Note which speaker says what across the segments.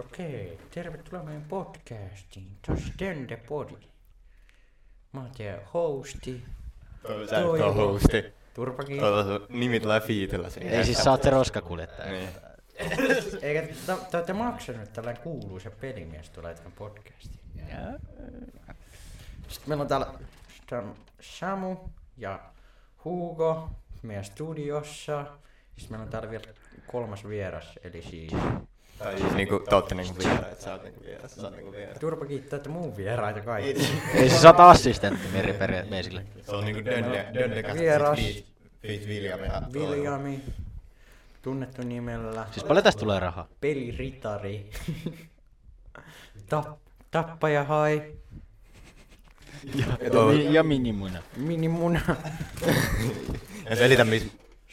Speaker 1: Okei, tervetuloa meidän podcastiin. Tässä Tende Podi. Mä oon teidän hosti.
Speaker 2: Sä
Speaker 1: Toi.
Speaker 2: et oo hosti.
Speaker 1: Turpakin.
Speaker 2: Tuota sun nimi tulee fiitillä siihen.
Speaker 3: Ei siis sä oot se roskakuljettaja.
Speaker 2: Niin.
Speaker 1: Eikä te, te ootte maksanut tällainen kuuluisa pelimies tulee tähän podcastiin. Sitten meillä on täällä Sam, Samu ja Hugo meidän studiossa. Sitten meillä on täällä vielä kolmas vieras, eli siis
Speaker 2: Tai siis niinku, te ootte niinku vieraat, sä oot niinku vieras, sä oot niinku vieras.
Speaker 1: Turpa kiittää, että muun vieraita kaikki.
Speaker 3: Ei siis sä oot assistentti Meri periaat miesille.
Speaker 2: Se on niinku Dönne, Dönne kanssa
Speaker 1: Vieras.
Speaker 2: sit Fiit- Fiit William ja
Speaker 1: Viljami, tunnettu nimellä
Speaker 3: Siis paljon tästä tulee rahaa?
Speaker 1: peliritari, Tap, tappaja hai,
Speaker 2: Tuo-
Speaker 3: ja minimuna.
Speaker 1: minimuna,
Speaker 2: Ja selitä mis,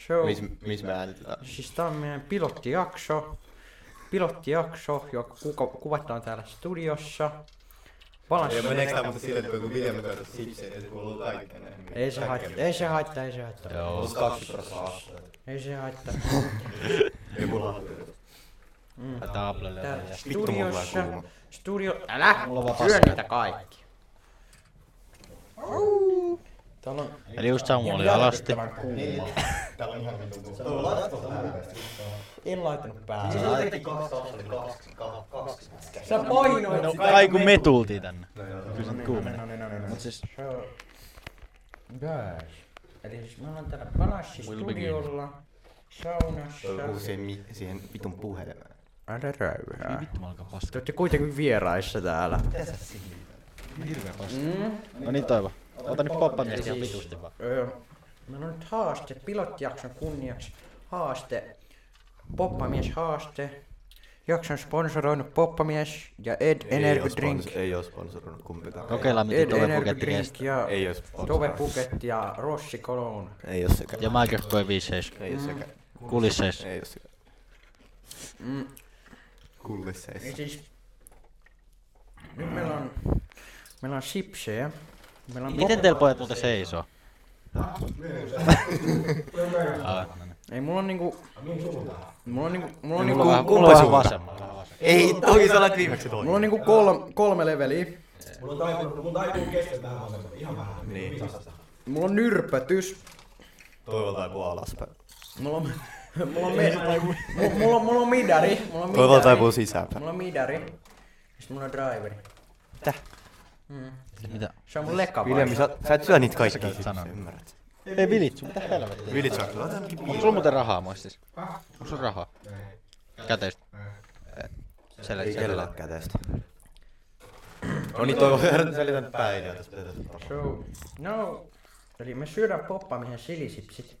Speaker 1: show.
Speaker 2: mis, mis me äänitetään.
Speaker 1: Siis tää on meidän pilottijakso. Pilottijakso, joka kuka, kuvataan täällä studiossa. Palassa.
Speaker 2: Ja No, meneekö tää muuten sille, että kun William on sipsi, että kuuluu kaikkeen näihin?
Speaker 1: Ei se haittaa, ei se haittaa, ei se haittaa.
Speaker 3: Joo.
Speaker 2: Plus 20 astetta.
Speaker 1: Ei se haittaa.
Speaker 2: Ei mulla on.
Speaker 1: Mm.
Speaker 3: Laita Applelle
Speaker 1: Täällä
Speaker 3: jotain.
Speaker 2: Vittu mulla on
Speaker 1: studiossa.
Speaker 2: kuuma.
Speaker 1: Studio... Älä!
Speaker 3: Mulla on vaan
Speaker 1: Syö
Speaker 3: paskaa.
Speaker 1: niitä kaikki. Täällä on
Speaker 3: Eli just Samu oli alasti.
Speaker 1: järkyttävän kuuma.
Speaker 2: Täällä on ihan vittu kuuma. Tuo laitettu häveästi.
Speaker 1: En laittanut päälle.
Speaker 2: Sä laitettiin kaksi astetta, kaksi, kaksi, kaksi.
Speaker 1: Sä painoit
Speaker 3: No
Speaker 1: sitä.
Speaker 3: kai kun me tultiin tänne. Kyllä se
Speaker 1: No
Speaker 3: kuumenee.
Speaker 1: niin, no niin, no niin.
Speaker 3: Mut siis
Speaker 1: So, guys. Eli siis me ollaan täällä Palassi
Speaker 3: We'll begin.
Speaker 1: studiolla, saunassa.
Speaker 2: siihen, siihen vitun puhelimeen.
Speaker 1: Älä räyhää.
Speaker 3: vittu mä alkaa
Speaker 1: Te
Speaker 3: paskaa.
Speaker 1: olette kuitenkin vieraissa täällä.
Speaker 3: Hirveä paskaa.
Speaker 1: Mm.
Speaker 3: No niin Toivo. Ota nyt poppaimia ihan
Speaker 1: Siis,
Speaker 3: vitusti vaan.
Speaker 1: Öö, meillä on nyt haaste, pilottijakson kunniaksi haaste. Poppamies haaste. Jakson sponsoroinut Poppamies ja Ed Energy Drink.
Speaker 2: Ei oo sponsoroinut kumpikaan.
Speaker 3: Kokeillaan miten
Speaker 1: Ed
Speaker 3: Tove
Speaker 1: Energy
Speaker 3: Puketti
Speaker 1: Drink
Speaker 3: kestää.
Speaker 1: ja
Speaker 2: Ei oo
Speaker 1: Tove
Speaker 2: sponsoroinut.
Speaker 1: Puket ja Rossi Cologne.
Speaker 2: Ei oo sekään.
Speaker 1: Mm.
Speaker 3: Ja Michael Koi 57.
Speaker 2: Ei oo sekään.
Speaker 3: Kulis 7.
Speaker 2: Ei oo sekään.
Speaker 1: Mm.
Speaker 2: Kullisseissa.
Speaker 1: Niin siis, nyt meillä on, meillä on sipsejä. Meillä on
Speaker 3: Miten teillä pojat muuten seisoo? Ah, no niin.
Speaker 1: Ei, mulla on niinku... Mulla on niinku... Mulla on
Speaker 3: Mulla on vähän-
Speaker 1: niinku...
Speaker 3: mulla on vähän vasemmalla.
Speaker 2: Ei, toki sä olet viimeksi
Speaker 1: Mulla on niinku kolme, kolme leveliä.
Speaker 2: Niin.
Speaker 1: Mulla on nyrpötys.
Speaker 2: Toivo taipuu alaspäin.
Speaker 1: Mulla on... Mulla on, me, mulla, mulla, on, mulla on midari. Mulla on
Speaker 2: Toivo taipuu
Speaker 1: midari.
Speaker 2: sisäänpäin.
Speaker 1: Mulla on midari. Sitten mulla on driveri.
Speaker 2: Täh?
Speaker 1: Mm.
Speaker 3: Mitä?
Speaker 1: Se on mun lekkapaita.
Speaker 2: Viljami, sä, sä et syö niitä kaikkia.
Speaker 3: Säkin sanon.
Speaker 2: Sä ymmärrät.
Speaker 3: Ei vilit, sun mitä helvettiä.
Speaker 2: Vilit saa kyllä. Laita ainakin
Speaker 3: Onko sulla muuten rahaa muistis? Onko sulla rahaa? Käteistä? Selä,
Speaker 2: Ei
Speaker 3: selä.
Speaker 2: kellään käteistä. No niin, Toivo, selitän nyt pääidea tästä.
Speaker 1: So, no. Eli me syödään poppamiehen silisipsit.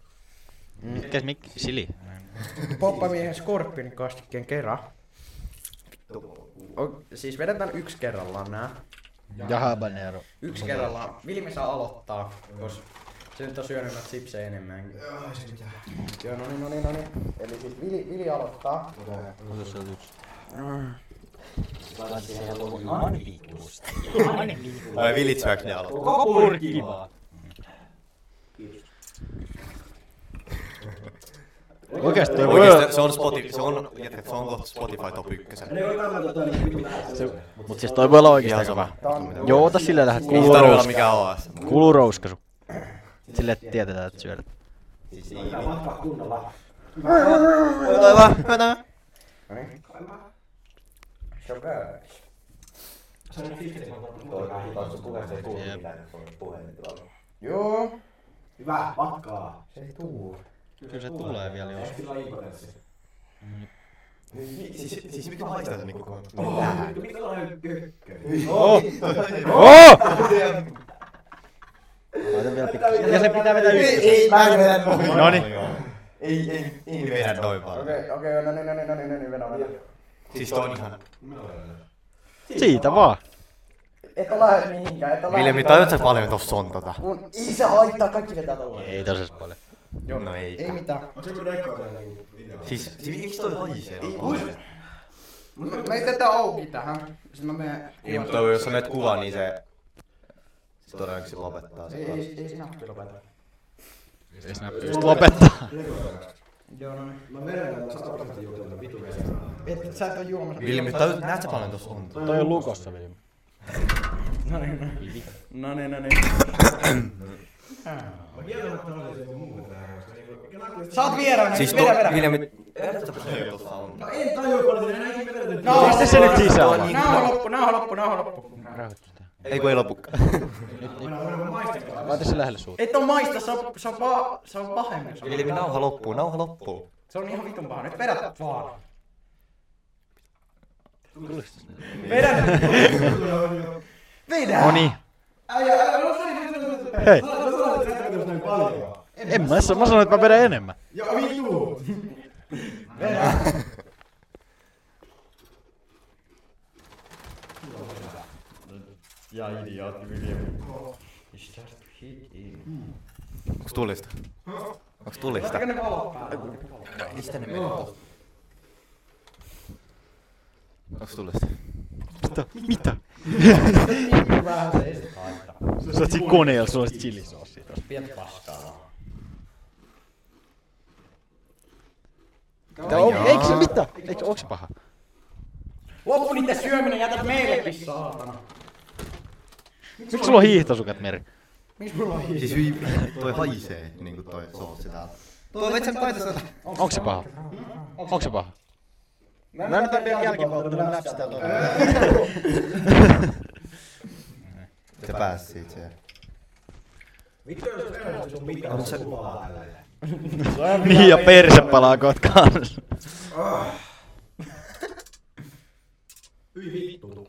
Speaker 3: Mikäs mik? Sili?
Speaker 1: Poppamiehen skorpionikastikkeen kerran. O, siis vedetään yksi kerrallaan nää.
Speaker 3: Ja habanero.
Speaker 1: Yksi kerrallaan. Vilmi saa aloittaa, koska se nyt on syönyt näitä sipsejä enemmän. Joo, no niin, no niin, no niin. Eli siis Vili, Vili aloittaa.
Speaker 2: Ai vilit syöks ne aloittaa?
Speaker 3: Purkki vaan. Oikeesti toi
Speaker 2: Oikeesti se on Spotify, se on, jätä, se on kohta Spotify top ykkösen.
Speaker 4: niinku
Speaker 3: Mut siis toi voi olla oikeesti
Speaker 2: Ihan
Speaker 3: aika
Speaker 2: sama.
Speaker 3: vähän. Joo, ota silleen lähet
Speaker 2: Ei tarvitse olla
Speaker 3: kuulurous.
Speaker 2: mikään OS.
Speaker 3: Kuulurouskasu. Silleen että tietetään että syödät.
Speaker 2: siis Toivo, hyvä.
Speaker 1: No niin. So guys.
Speaker 4: siis
Speaker 1: Joo.
Speaker 4: Hyvä, matkaa.
Speaker 1: Se ei tuu.
Speaker 3: Kyllä se tulee vielä jos.
Speaker 4: Sillä on impotenssi.
Speaker 2: Siis, siis mitä haittaa se niinku?
Speaker 4: Mikä on kökkö?
Speaker 3: Oh! Laitan vielä pikkasen. Ja se pitää vetää ykkösen.
Speaker 2: mä en vedä noin.
Speaker 3: Noniin.
Speaker 2: Ei, ei, ei vedä noin vaan.
Speaker 1: Okei, okei, no niin, no niin, no niin, no niin, vedä, vedä.
Speaker 2: Siis toi on ihan...
Speaker 3: Siitä vaan.
Speaker 1: Et ole lähes mihinkään, et ole lähes
Speaker 2: Viljami, tajut sä paljon tossa on tota?
Speaker 1: Mun isä haittaa, kaikki vetää tolleen.
Speaker 3: Ei tosias paljon.
Speaker 2: Joo, no ei.
Speaker 1: Ei mitään.
Speaker 2: Siis, siis miksi toi haisee? Ei,
Speaker 1: Me ei tätä auki tähän. Sitten mä menen...
Speaker 2: ei mutta toi, jos sä menet kuvaan, niin se... Se todennäköisesti lopettaa
Speaker 1: Ei, ei, ei sinä kyllä lopeta.
Speaker 3: Just lopettaa.
Speaker 1: Joo, no niin.
Speaker 4: Mä menen täällä 100 prosenttia juotelta vitu vesistä.
Speaker 1: Et, sä et oo juomassa.
Speaker 2: Vilmi, tajut, näet sä paljon tossa on?
Speaker 3: Toi on lukossa, Vilmi.
Speaker 1: No niin, no niin. No niin, no niin.
Speaker 4: Mä tiedän, että oli se muu täällä. koska niinku- Kela kyllä-
Speaker 1: Sä oot vieraana.
Speaker 2: Siis
Speaker 1: Siis
Speaker 2: tuo,
Speaker 1: vedä, vedä.
Speaker 2: Vilmi,
Speaker 4: No en tajua, kun oli se näin verran.
Speaker 1: No,
Speaker 3: Pistä se nyt sisään vaan.
Speaker 1: Nauha loppu, nauha loppu, nauha loppu.
Speaker 2: ei kun ei lopukka.
Speaker 4: Mä oon aivan maistettava.
Speaker 3: Laita se lähelle suuta.
Speaker 1: Et on maista, se on, se on, pa, se on pahemmin.
Speaker 2: Vilmi, nauha loppuu, nauha loppuu.
Speaker 1: Se on ihan vitun paha. Nyt vedä vaan. Vedä nyt. Vedä.
Speaker 3: No niin.
Speaker 4: Äijä, äijä, no se ei se ei-
Speaker 3: Hei.
Speaker 4: Sä sanoit, että sä et vetänyt näin paljon.
Speaker 3: En mä, sa- mä sanoin, että mä vedän enemmän.
Speaker 4: Ja vittu!
Speaker 2: Ja idioot, Vilmi. Onks tulista? Onks tulista?
Speaker 1: Laitakaa ne valot päälle.
Speaker 2: Mistä ne meni? Onks tulista?
Speaker 3: Mitä? Mitä? Sä oot siinä koneella, sulla olisi chilisoossi tossa. Pientä paskaa vaan. Eikö se mitä? Eikö, onko se paha?
Speaker 1: Loppu niiden syöminen, jätät meillekin saatana.
Speaker 3: Miksi sulla on hiihtosukat, Meri?
Speaker 1: Miksi mulla on hiiri?
Speaker 2: Siis hyi, toi haisee niinku toi soossi täältä. Tuo veit sen paitassa.
Speaker 3: Onko se paha? Onko se paha?
Speaker 5: Mä nyt tarvitsen jälkipuolta, tulee läpsitään
Speaker 2: Se pääsi siitä siihen.
Speaker 4: Vittu, jos verran sun mitään
Speaker 2: se-
Speaker 4: kuvaa tälleen.
Speaker 3: Niin ja perse palaa koot kanssa.
Speaker 4: Hyi vittu.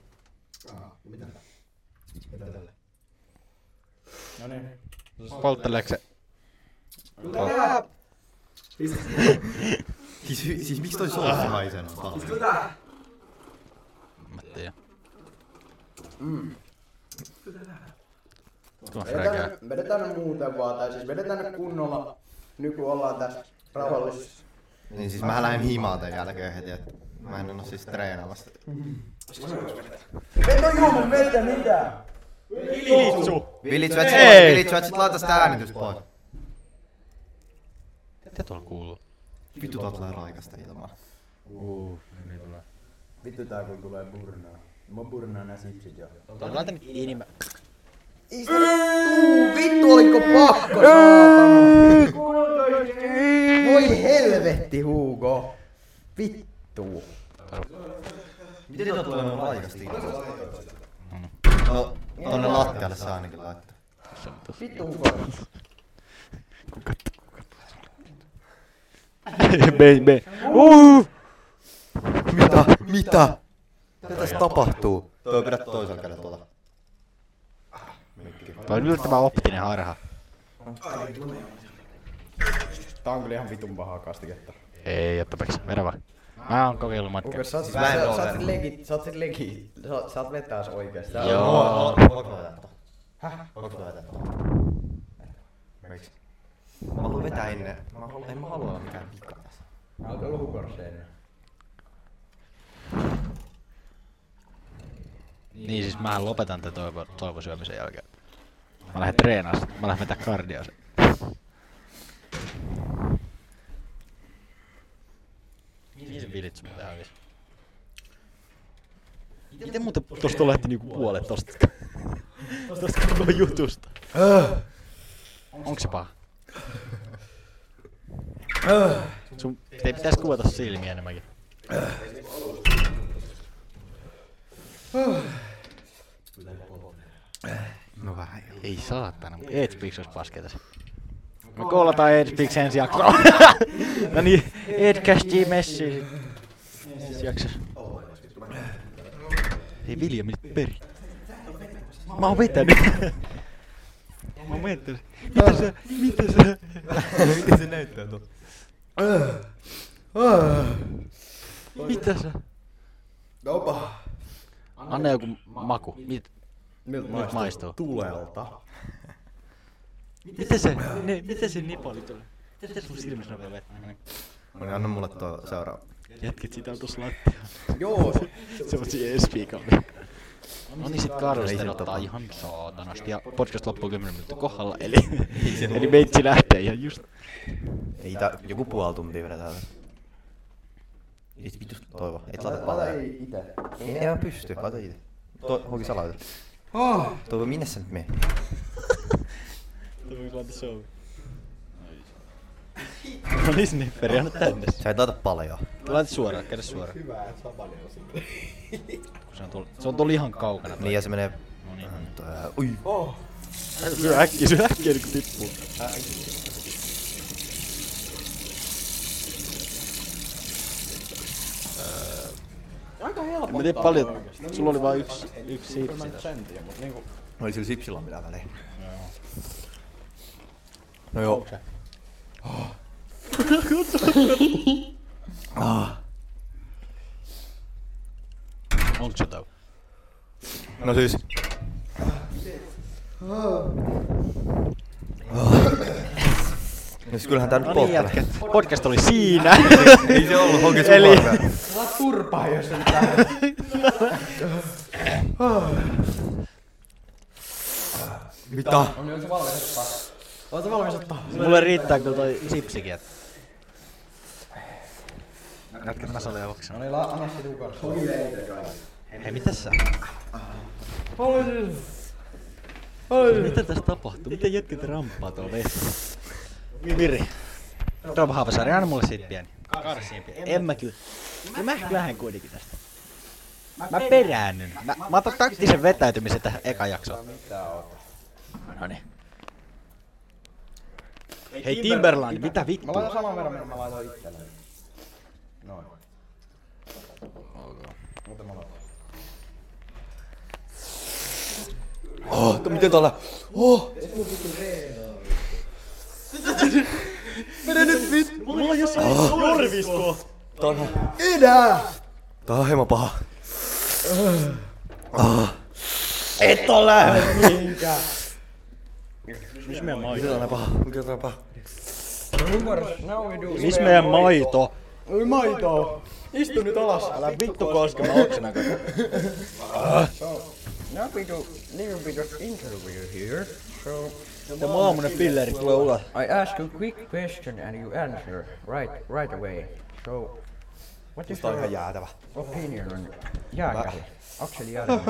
Speaker 4: Ah, mitä? Mitä tälle?
Speaker 1: No niin.
Speaker 3: Poltteleeko se?
Speaker 4: Kyllä tää! Siis,
Speaker 2: Siis, hyi- siis miksi toi
Speaker 3: Ah.
Speaker 2: soossi haisee noin
Speaker 4: siis
Speaker 2: paljon?
Speaker 4: kyllä tää!
Speaker 3: Mä tiedän. Tuo on fräkää.
Speaker 1: Vedetään nyt muuten vaan, tai siis vedetään nyt kunnolla. Nyt kun ollaan tässä rauhallisessa.
Speaker 2: Niin siis mä lähden himaa tän jälkeen heti, että mä en oo siis treenaamassa.
Speaker 1: Ei ole juomu No vettä mitään.
Speaker 2: Village Vets,
Speaker 3: Ei!
Speaker 2: Village Vets, laita sitä äänitystä pois.
Speaker 3: Mitä tuolla kuuluu?
Speaker 2: Vittu tuolta tulee raikasta ilmaa.
Speaker 4: Vittu tää kun tulee burnaa. Mä burnaan nää sipsit jo.
Speaker 3: Laita nyt enemmän.
Speaker 1: Tuu, vittu oliko pakko saatana. Voi helvetti Hugo. Vittu.
Speaker 2: Miten tuolta tulee noin raikasta ilmaa? No, tonne lattialle saa ainakin laittaa.
Speaker 1: Vittu Hugo.
Speaker 3: Bei, bei. Uuu!
Speaker 2: Uh! Mitä? Mitä? Mitä tässä tapahtuu? Toi pidä toisella kädellä tuolla.
Speaker 3: Toi on yllättävän optinen harha.
Speaker 6: Tää on kyllä ihan vitun pahaa kastiketta.
Speaker 3: Ei, jättä peks. Vedä vaan. Mä oon kokeillut matkaa.
Speaker 6: Sä oot siis
Speaker 2: mä en
Speaker 6: sä,
Speaker 2: oo
Speaker 6: sä, oot
Speaker 2: verran.
Speaker 6: legit, sä oot siis legit, sä, oot- sä oot vetäis oikeesti. Tää on-
Speaker 3: Joo.
Speaker 2: Voinko mä vetää tuon? Häh? Voinko mä vetää tuon? Miksi? Mä haluan vetää ennen. Mä haluan, en mä halua olla mikään vika tässä.
Speaker 6: Mä oot ollut hukossa ennen.
Speaker 3: Niin siis mähän lopetan tän toivo, toivosyömisen jälkeen. Mä lähden treenaamaan. sit. Mä lähden vetää kardioa. sit. Mihin se vilitsi mitä hävisi? Miten muuten tosta lähti niinku puolet tosta? Tosta koko jutusta. Onks se paha? Sun te pitäis kuvata silmiä enemmänkin.
Speaker 2: No vähän joo.
Speaker 3: Ei saatana, mutta Edgepix olisi paske tässä. Me koolataan Edgepix ensi jaksoa. no niin, Edcastia messi. Ensi jaksossa. Ei Viljami nyt peri. Mä oon vetänyt. Mä oon vetänyt. Mitä sä? Mitä sä?
Speaker 2: Miten se näyttää tuo?
Speaker 3: Mitä sä?
Speaker 6: Opa.
Speaker 3: Anna joku maku. Mit?
Speaker 6: Miltä
Speaker 3: Nyt maistuu.
Speaker 6: Tulelta.
Speaker 3: Mitä se? Ne, mitä se nipoli tulee? Mitä sun silmissä on vielä vettä?
Speaker 2: No niin, anna mulle tuo seuraava.
Speaker 3: Jätket sitä on tuossa lattia.
Speaker 6: Joo,
Speaker 3: Se on siinä ensi viikolla. No niin, sit Karl
Speaker 2: Ei
Speaker 3: sitten
Speaker 2: se
Speaker 3: ottaa
Speaker 2: tapahdu.
Speaker 3: ihan saatanasti. Ja podcast loppuu 10 minuutin kohdalla, eli, eli meitsi lähtee ihan just.
Speaker 2: Ei tää joku puoli tuntia vielä täällä. Ei se vitus toivo. Et laita
Speaker 6: Lata
Speaker 2: palaa.
Speaker 6: ei ite.
Speaker 2: Ei, ei mä pysty. Laita itse. Toi, hoki sä laitat.
Speaker 1: Oh,
Speaker 2: Toivo, minne sä nyt meni?
Speaker 3: No niin, snifferi, anna tänne.
Speaker 2: Sä et laita paljon.
Speaker 3: Laita suoraan, käydä suoraan.
Speaker 6: Hyvä, et saa paljon osin.
Speaker 3: Kun se on tuolla, se on tuolla ihan kaukana.
Speaker 2: Niin ja se menee...
Speaker 3: No niin.
Speaker 2: Mm, tää- Ui,
Speaker 3: Syö äkkiä, syö äkkiä, niin kun tippuu.
Speaker 6: Aika
Speaker 3: En
Speaker 6: helppo.
Speaker 3: mä tiedä paljon, sulla oli vain yksi, yksi siipsi tässä.
Speaker 6: senttiä, mut niinku...
Speaker 2: oli sillä sipsillä mitään väliä. No joo.
Speaker 3: Onks jotain?
Speaker 2: No siis.
Speaker 3: Ah.
Speaker 2: No siis kyllähän tää nyt
Speaker 3: No niin,
Speaker 2: polttelee.
Speaker 3: jatket. Podcast oli siinä.
Speaker 2: Ei se ollut hoki
Speaker 3: Eli-
Speaker 2: Eli...
Speaker 1: saa turpaa, jos on
Speaker 2: Mitä?
Speaker 1: Oota valmis ottaa.
Speaker 3: Mulle riittää kyllä toi sipsikin, että
Speaker 2: Jatka mä sanoin javaksi.
Speaker 1: No niin, la- anna se tukar.
Speaker 2: Hei, mitäs sä?
Speaker 3: Mitä tässä tapahtuu? Miten jätkät ramppaa tuolla vessassa?
Speaker 1: Niin.
Speaker 3: Viri. Roopa Haapasaari, anna mulle siitä pieni. Karsiin pieni. En mä kyllä. No mä ehkä lähden kuitenkin tästä. Mä peräännyn. Mä, mä otan taktisen vetäytymisen tähän eka jaksoon. Noniin. Hei Timberland, mitä
Speaker 1: Mä
Speaker 3: vittua?
Speaker 1: laitan saman verran, mitä mä laitan itselleni. Noin. Mutta mä laitan.
Speaker 2: Oh, to, miten tuolla? Oh!
Speaker 3: Mulla on jossain korvis
Speaker 2: Tää on... Enää! Tää on hieman paha. Ah. Et ole lähdö!
Speaker 3: Missä meidän
Speaker 2: Mikä
Speaker 3: maito?
Speaker 2: tää on paha? Mikä tää on paha?
Speaker 1: Tukar, now we do.
Speaker 3: Missä meidän maito?
Speaker 1: Ei maitoa. Istu nyt alas. Älä
Speaker 3: Vittu koske, mä oksenan
Speaker 1: Now we do little bit of interview here. So
Speaker 3: Ja maamunen pilleri tulee ulos.
Speaker 1: I ask you a quick question and you answer right right away. So what is
Speaker 2: Tää on
Speaker 1: your
Speaker 2: ihan jäätävä.
Speaker 1: opinion on Jääkäri? Akseli Järvinen.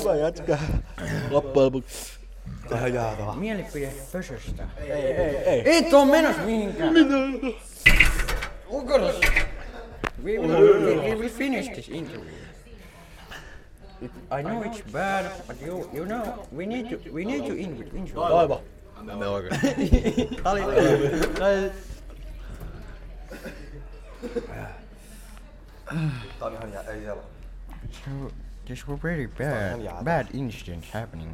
Speaker 3: Hyvä jätkä. Loppujen lopuksi.
Speaker 2: Tää on ihan jäätävä.
Speaker 1: Mielipide pösöstä.
Speaker 3: Ei, ei.
Speaker 1: Et oo menossa mihinkään. Minä? Ukaras. We will, we, we will finish this interview. I know it's bad, but you, you know, we need to, we need to in with enjoy.
Speaker 3: Aivan.
Speaker 2: Tää on ihan jää... Ei siellä.
Speaker 1: So, this were very bad, bad incidents happening.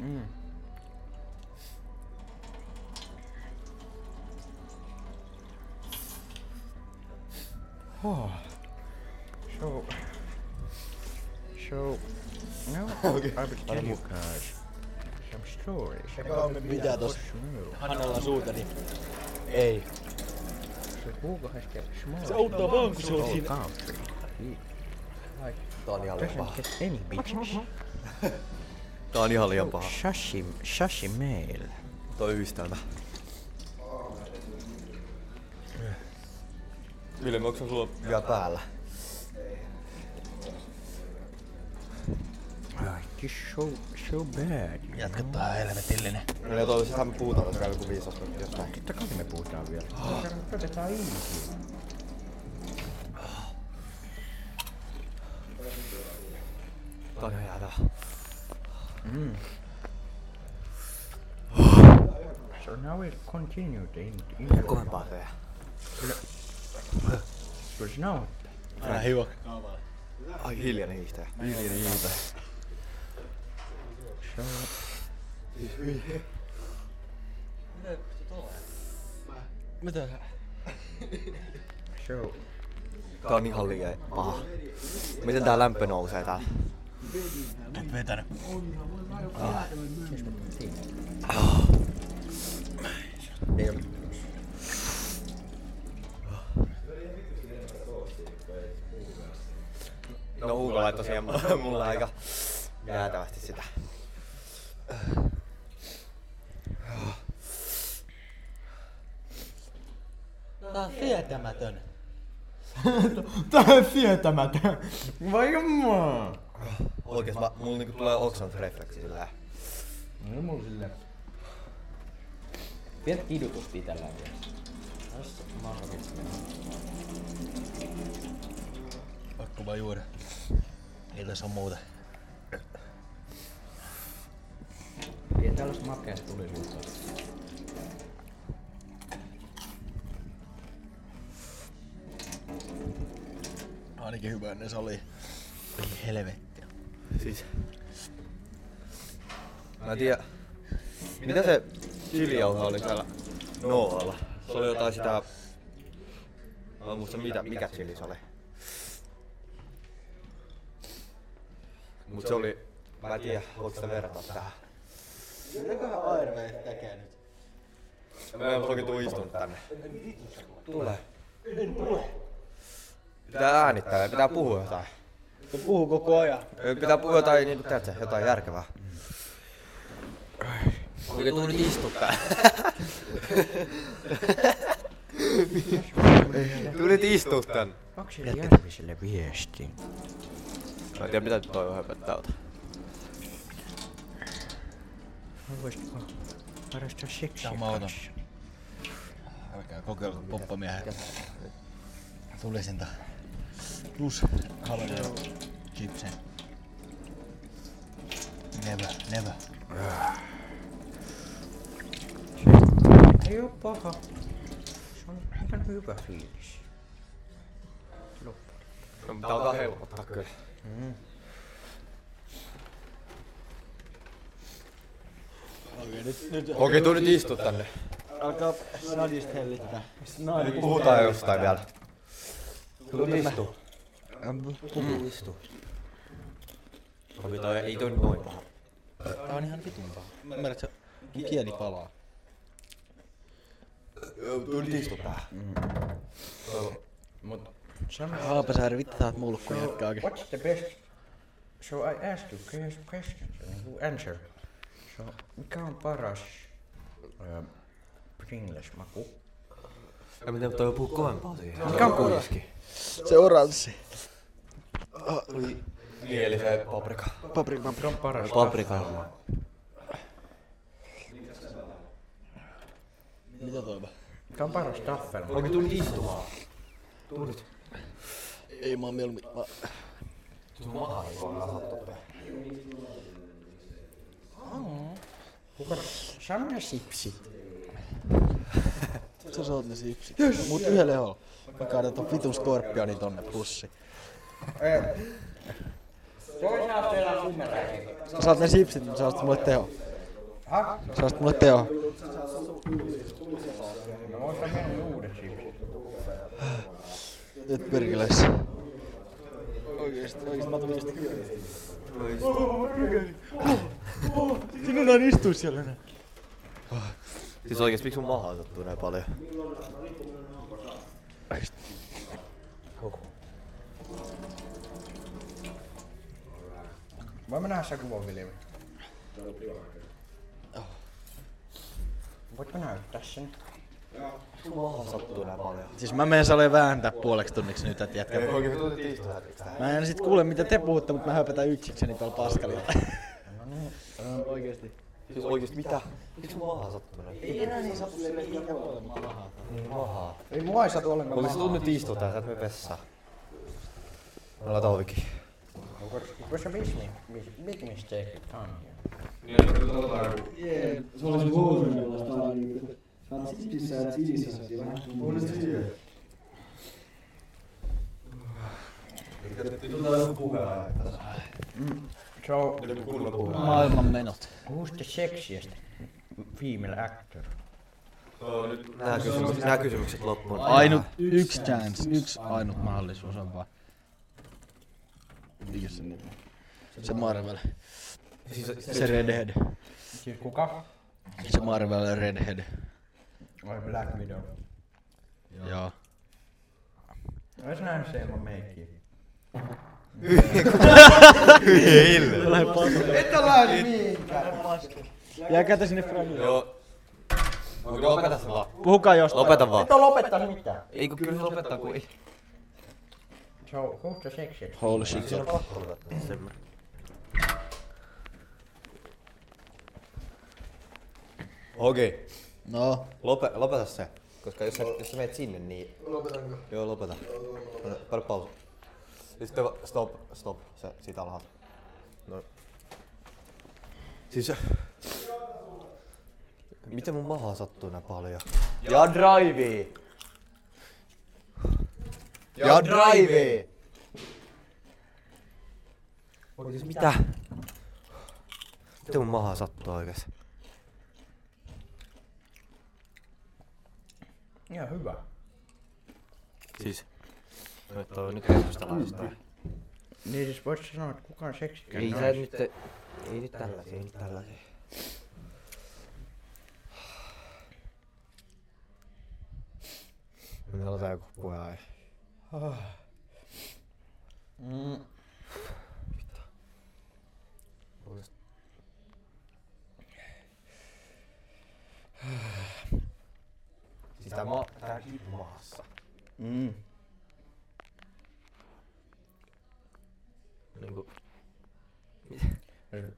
Speaker 1: Hmm. Oh. So, so now I will tell you guys some stories about
Speaker 3: Mitä tossa? Hannalla on suuta, niin... Ei.
Speaker 1: the Bulgarian small
Speaker 3: auttaa vaan, kun se on siinä.
Speaker 1: country.
Speaker 2: Tää on ihan liian paha.
Speaker 1: Doesn't get any bitches.
Speaker 2: Tää on ihan liian paha.
Speaker 1: Shashi, shashi mail.
Speaker 2: Toi yhdistelmä. Vilmi, onko sulla vielä päällä?
Speaker 1: Right, this so so bad.
Speaker 3: Jatketaan helvetillinen.
Speaker 2: No ja toivottavasti me puhutaan tässä joku viisas minuuttia jostain.
Speaker 1: Totta kai me puhutaan vielä.
Speaker 2: Tää on ihan jäätävä.
Speaker 1: So now we'll continue the in-
Speaker 2: Ja
Speaker 1: interview.
Speaker 2: kovempaa tehdä.
Speaker 1: Because now
Speaker 3: Älä hiva.
Speaker 2: Ai hiljainen hiihtäjä. Hiljainen hiihtäjä.
Speaker 1: so
Speaker 3: Mitä sä?
Speaker 1: so
Speaker 2: Tää on niin ihan liian paha. Miten tää lämpö nousee täällä?
Speaker 3: Et vetänyt.
Speaker 2: Ah.
Speaker 1: Ei oo.
Speaker 2: No Hugo laittoi siihen mulle- mulle aika jäätävästi sitä.
Speaker 3: Tää on sietämätön.
Speaker 4: Tää on sietämätön. Vai jummaa.
Speaker 2: Oikees mä, mulla niinku tulee oksan refleksi sillä.
Speaker 4: No ei mulla silleen.
Speaker 6: Pientä kidutustia tällä hetkellä.
Speaker 3: Pakko vaan juoda. Ei tässä on muuta.
Speaker 6: Ei tällaista makeasta tuli muuta.
Speaker 3: Ainakin hyvä ne se oli. Ei helvettiä.
Speaker 2: Siis. Mä en tiedä. Mitä se chilijauha oli täällä Noalla? Se oli jotain sitä... Mä en muista mitä, mikä chili se oli. Mut se oli... Mä en tiedä, voiko sitä verrata tähän.
Speaker 3: Mitäköhän Airways tekee nyt?
Speaker 2: Mä en toki tuu istunut tänne. Tule. Pitää äänittää, pitää puhua jotain.
Speaker 3: Se puhuu koko ajan.
Speaker 2: Pitää puhua jotain, niin tiedätkö, jotain järkevää. Oikein tuu nyt istu täällä. Tuu nyt istu tän.
Speaker 1: Akseli Järviselle viestin.
Speaker 2: Mä en tiedä mitä toi on höpöttää ota.
Speaker 1: Haluaisitko harrastaa seksiä
Speaker 3: Tää on mauton.
Speaker 1: kanssa?
Speaker 3: Älkää kokeilko poppamiehet. Tulisinta. Plus haluan chipsen. Never, never.
Speaker 1: Ei oo paha. Se on ihan hyvä fiilis.
Speaker 2: No, tää on Mm. helpottaa kyllä.
Speaker 3: Okei, nyt, nyt
Speaker 2: Okei, tuu nyt istu tänne.
Speaker 3: alkaa snadista hellittää.
Speaker 2: Nyt puhutaan jostain vielä. Tuu nyt No, niin. istu.
Speaker 1: Puhu istu.
Speaker 2: Okei, toi ei tuu nyt noin paha.
Speaker 3: Tää on ihan vitun paha. Ymmärrätkö? Mun kieli palaa.
Speaker 2: Tuu nyt istu tää.
Speaker 1: Sano,
Speaker 3: Haapasaari, vittu sä oot mulkku jatkaa oikein.
Speaker 1: what's the best? So I asked you que- questions and you answer. So, mikä on paras uh, Pringles maku?
Speaker 2: Ja miten toi puhuu kovempaa siihen?
Speaker 1: Mikä on kuitenkin?
Speaker 3: Se oranssi.
Speaker 2: Niin, eli se paprika.
Speaker 3: Paprika.
Speaker 1: Se on paras.
Speaker 2: Paprika.
Speaker 3: Mitä toiva?
Speaker 1: Mikä on paras taffel?
Speaker 2: Okei, tuu nyt istumaan.
Speaker 3: Ei mä oon mieluummin. Mä...
Speaker 2: Tuu maha, ei saa sattua.
Speaker 1: Sano ne sipsit.
Speaker 3: Sä saat ne sipsit. Mut yhdelle on. Mä kaadan ton vitun skorpionin tonne pussi.
Speaker 1: Toisaalta teillä on ymmärräkin.
Speaker 3: Sä saat ne sipsit, mut sä saat mulle teho. Sä saat mulle teho.
Speaker 1: No, oota mennä uudet sipsit.
Speaker 3: Nyt perkeleissä. Oikeesti, oikeesti mä tulin just kyydistä. Sinun on istuu siellä enää.
Speaker 2: Siis oikeesti, miksi sun maha sattuu näin paljon?
Speaker 1: Voimme nähdä sen kuvan Viljami. Voitko näyttää sen?
Speaker 2: Sun maha sattuu näin paljon.
Speaker 3: Siis mä menen saleen vääntää puoleksi tunniksi nyt, että jätkä.
Speaker 2: Oikeesti, tuu nyt istu hetkeksi tähän.
Speaker 3: Mä en sit kuule mitä te puhutte, mutta mä höpötän yksikseni tuolla paskalilla.
Speaker 2: Siis oikeesti, mitä? Miksi sun maha sattuu näin? Ei enää niin sattuu mahaa. Mahaa.
Speaker 1: Ei mua ei satu ollenkaan.
Speaker 2: Oikeesti, tuu nyt istu tää, sä et mene vessaan. Mä laitan ovikin.
Speaker 1: What's a big, mis- big mistake on here?
Speaker 7: Se oli se housujen jollaista aina niinku. Sä oot sitsissä ja sitsissä se vähän kummaa.
Speaker 1: So,
Speaker 3: Maailman menot.
Speaker 1: who's the sexiest female actor?
Speaker 2: Nää kysymykset, nää kysymykset loppuun.
Speaker 3: Ainut yksi chance, yksi ainut mahdollisuus on vaan. Mikä se nimi? on? Se Marvel.
Speaker 2: Siis,
Speaker 3: Se Redhead.
Speaker 1: Siis kuka?
Speaker 3: Se Marvel Redhead.
Speaker 1: Oi Black Widow.
Speaker 5: Joo.
Speaker 1: Ois nähnyt se ilman meikkiä.
Speaker 2: Et ole lähdin.
Speaker 3: Jää kätä sinne Fredille.
Speaker 2: Joo. Okei, lopeta se vaan.
Speaker 3: Puhukaa jostain.
Speaker 2: Lopeta vaan.
Speaker 1: Mitä lopettaa mitään?
Speaker 2: Ei kun kyllä se lopettaa kun ei.
Speaker 1: Se on kohta seksi.
Speaker 3: Holy shit.
Speaker 2: Okei.
Speaker 3: No.
Speaker 2: Lope, lopeta se. Koska jos sä, jos sä menet sinne, niin... No. Lopetanko? Joo, lopeta. Pane- Pane pausu. Ja Sitten va- stop, stop. Se, siitä alhaalta. No. Siis... Miten mun maha sattuu näin paljon? Ja drive! Ja drive! Oikeesti mitä? Miten mun maha sattuu oikeesti?
Speaker 1: Ihan hyvä.
Speaker 2: Siis. No, toi nyt keskustellaan sitä.
Speaker 1: Niin siis voit sä sanoa, että kuka on seksikään
Speaker 2: Ei
Speaker 1: nais?
Speaker 2: sä nyt... Ei nyt tällaisia, ei nyt tällaisia. Me aloitetaan joku puheenaihe.
Speaker 1: Mm.
Speaker 2: Siis tää maa... Tää maassa.
Speaker 1: Mm.
Speaker 2: Niinku...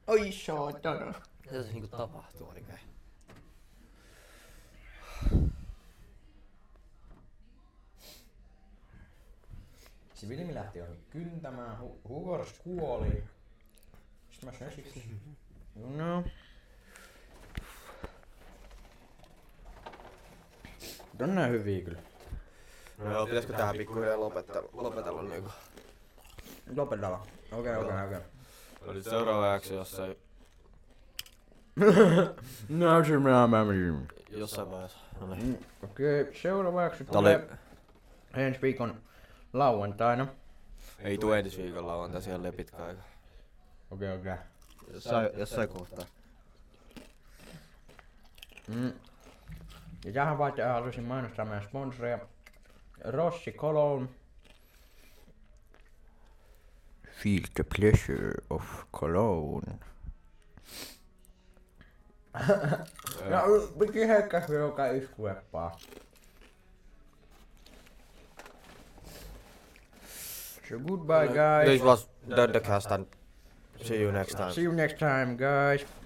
Speaker 1: Oi saatana.
Speaker 2: Mitä se niinku tapahtuu oikein?
Speaker 1: Se Vilmi lähti johonkin kyntämään, Hu- Hugors kuoli. Sitten mä söin siksi. No. On nää hyviä kyllä.
Speaker 2: No joo, pitäisikö tää pikkuhiljaa lopetella, lopetella niinku?
Speaker 1: Lopetellaan. Okei, okei, okei.
Speaker 2: No nyt seuraava jakso jossain,
Speaker 1: No se mä mä
Speaker 2: jossain vaiheessa. No niin.
Speaker 1: Mm, Okei, seuraavaksi
Speaker 2: Tää oli-
Speaker 1: tulee ensi viikon lauantaina.
Speaker 2: Ei tuu ensi viikolla, on tässä ihan pitkä aika.
Speaker 1: Okei, okei.
Speaker 2: Jossain, jossain kohtaa.
Speaker 1: Mm. Ja tähän vaiheeseen haluaisin mainostaa meidän sponsoria. Rossi Cologne. Feel the pleasure of Cologne. no, piti heikkäs joka iskueppaa. So goodbye
Speaker 2: This
Speaker 1: guys.
Speaker 2: was the, the cast and see you next time.
Speaker 1: See you next time guys.